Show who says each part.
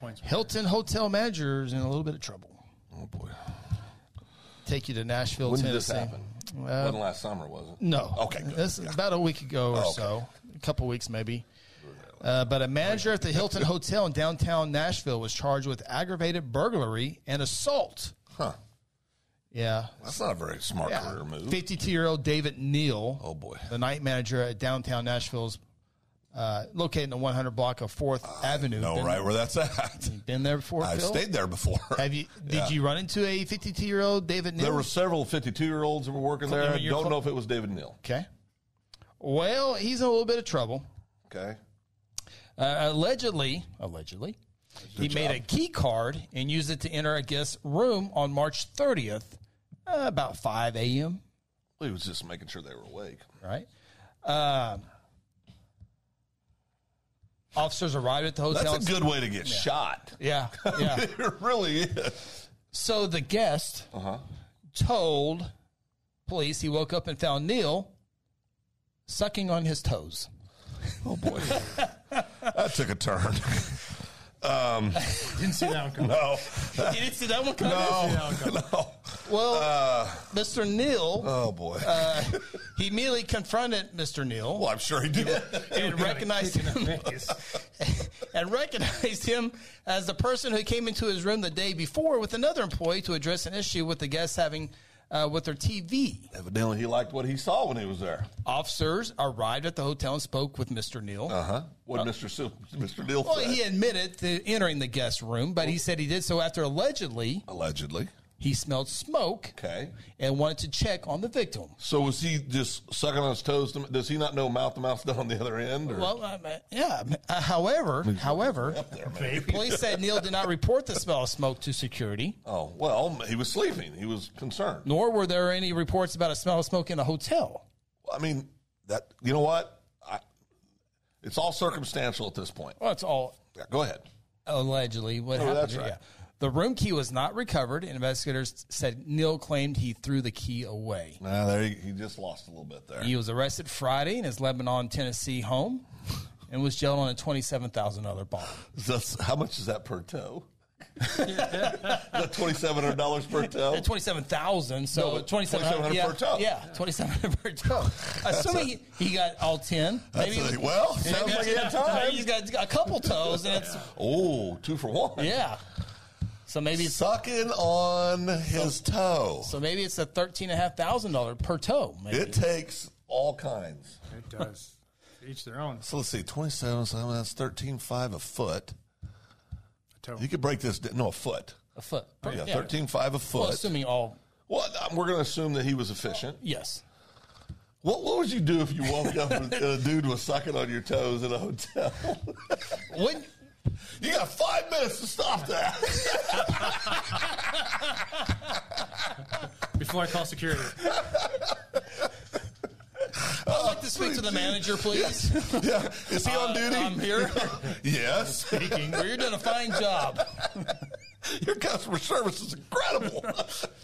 Speaker 1: points.
Speaker 2: Hilton hotel manager is in a little bit of trouble.
Speaker 3: Oh boy.
Speaker 2: Take you to Nashville,
Speaker 3: When did this
Speaker 2: Tennessee.
Speaker 3: happen? Wasn't last summer, was it?
Speaker 2: No.
Speaker 3: Okay. Good.
Speaker 2: This is about a week ago or
Speaker 3: Oh, okay.
Speaker 2: so, a couple weeks maybe. Uh, but a manager at the Hilton Hotel in downtown Nashville was charged with aggravated burglary and assault.
Speaker 3: Huh.
Speaker 2: Yeah.
Speaker 3: That's not a very smart career move.
Speaker 2: 52 year old David Neal,
Speaker 3: Oh, boy.
Speaker 2: the night manager at downtown Nashville's, uh, located in the 100 block of 4th Avenue.
Speaker 3: No,
Speaker 2: been,
Speaker 3: right where that's at.
Speaker 2: Been there before,
Speaker 3: I've
Speaker 2: Phil?
Speaker 3: stayed there before.
Speaker 2: Have you? Did
Speaker 3: Yeah.
Speaker 2: you run into a 52 year old David Neal?
Speaker 3: There were several 52 year olds that were working there.
Speaker 2: I
Speaker 3: I
Speaker 2: mean, you're
Speaker 3: don't
Speaker 2: cl-
Speaker 3: know if it was David Neal.
Speaker 2: okay. Well, he's in a little bit of trouble.
Speaker 3: Okay.
Speaker 2: Uh, allegedly, allegedly, he made a key card and used it to enter a guest room on March 30th, uh, about 5 a.m.
Speaker 3: He was just making sure they were awake.
Speaker 2: Right. Um officers arrived at the hotel.
Speaker 3: That's
Speaker 2: and-
Speaker 3: a good way to get shot.
Speaker 2: Yeah, yeah.
Speaker 3: it really is.
Speaker 2: so the guest
Speaker 3: Uh-huh.
Speaker 2: told police he woke up and found Neil sucking on his toes.
Speaker 3: Oh boy, that took a turn. um,
Speaker 1: Didn't see that one coming.
Speaker 3: no,
Speaker 2: you didn't see that one coming.
Speaker 3: no,
Speaker 1: Didn't see that one
Speaker 3: no.
Speaker 2: Well,
Speaker 3: Uh,
Speaker 2: Mr. Neil.
Speaker 3: oh boy.
Speaker 2: uh, he immediately confronted Mr. Neal
Speaker 3: well, I'm sure he did.
Speaker 2: and recognized him
Speaker 1: coming. Yes.
Speaker 2: and recognized him as the person who came into his room the day before with another employee to address an issue with the guests having uh, with their TV.
Speaker 3: Evidently, he liked what he saw when he was there.
Speaker 2: Officers arrived at the hotel and spoke with Mr. Neal.
Speaker 3: Uh huh. What Mr. Sil- Mr. Neal
Speaker 2: Well,
Speaker 3: said.
Speaker 2: he admitted to entering the guest room, but he said he did so after allegedly
Speaker 3: allegedly.
Speaker 2: he smelled smoke
Speaker 3: Okay.
Speaker 2: and wanted to check on the victim.
Speaker 3: So was he just sucking on his toes? To, does he not know mouth to mouth's done on the other end? Or?
Speaker 2: Well, um, uh, yeah. Uh, however, however, police said Neal did not report the smell of smoke to security,
Speaker 3: oh well, he was sleeping. He was concerned.
Speaker 2: nor were there any reports about a smell of smoke in the hotel.
Speaker 3: I mean, that you know what? I, it's all circumstantial at this point.
Speaker 2: Well, it's all
Speaker 3: Yeah, go ahead.
Speaker 2: allegedly what happened.
Speaker 3: Oh, that's
Speaker 2: here,
Speaker 3: right.
Speaker 2: yeah. The room key was not recovered, and investigators said Neal claimed he threw the key away.
Speaker 3: No, there he, he just lost a little bit there.
Speaker 2: He was arrested Friday in his Lebanon, Tennessee home and was jailed on a $27,000 bond.
Speaker 3: That's, how much is that per toe? that twenty seven hundred dollars per toe.
Speaker 2: At 27,000, so
Speaker 3: No, but
Speaker 2: 2,700
Speaker 3: $2,700
Speaker 2: yeah,
Speaker 3: per toe.
Speaker 2: Yeah, 2,700 per toe. Assuming he, he got all 10.
Speaker 3: Oh, That's
Speaker 2: maybe-
Speaker 3: a- well, sounds like he had
Speaker 2: Maybe
Speaker 3: time.
Speaker 2: he's got a couple toes, and it's
Speaker 3: Oh, two for one.
Speaker 2: yeah. So maybe it's
Speaker 3: Sucking on his toe.
Speaker 2: so maybe it's a thirteen and a half thousand dollar per toe. Maybe.
Speaker 3: It takes all kinds.
Speaker 1: It does. Each their own.
Speaker 3: So let's see, twenty seven. So that's thirteen five a foot.
Speaker 1: Toe.
Speaker 3: You could break this. d- No, a foot.
Speaker 2: a foot. Per,
Speaker 3: Oh, Yeah, thirteen five a foot.
Speaker 2: Well, assuming all
Speaker 3: Well, uh, we're going to assume that he was efficient.
Speaker 2: yes.
Speaker 3: What What would you do if you woke up and a dude was sucking on your toes in a hotel?
Speaker 2: When
Speaker 3: you got five minutes to stop that.
Speaker 1: Before I call security.
Speaker 2: I'd like to speak to
Speaker 3: Oh,
Speaker 2: the manager, please.
Speaker 3: yeah, is he on duty?
Speaker 2: I'm here.
Speaker 3: yes,
Speaker 2: Well, You're doing a fine job.
Speaker 3: your customer service is incredible.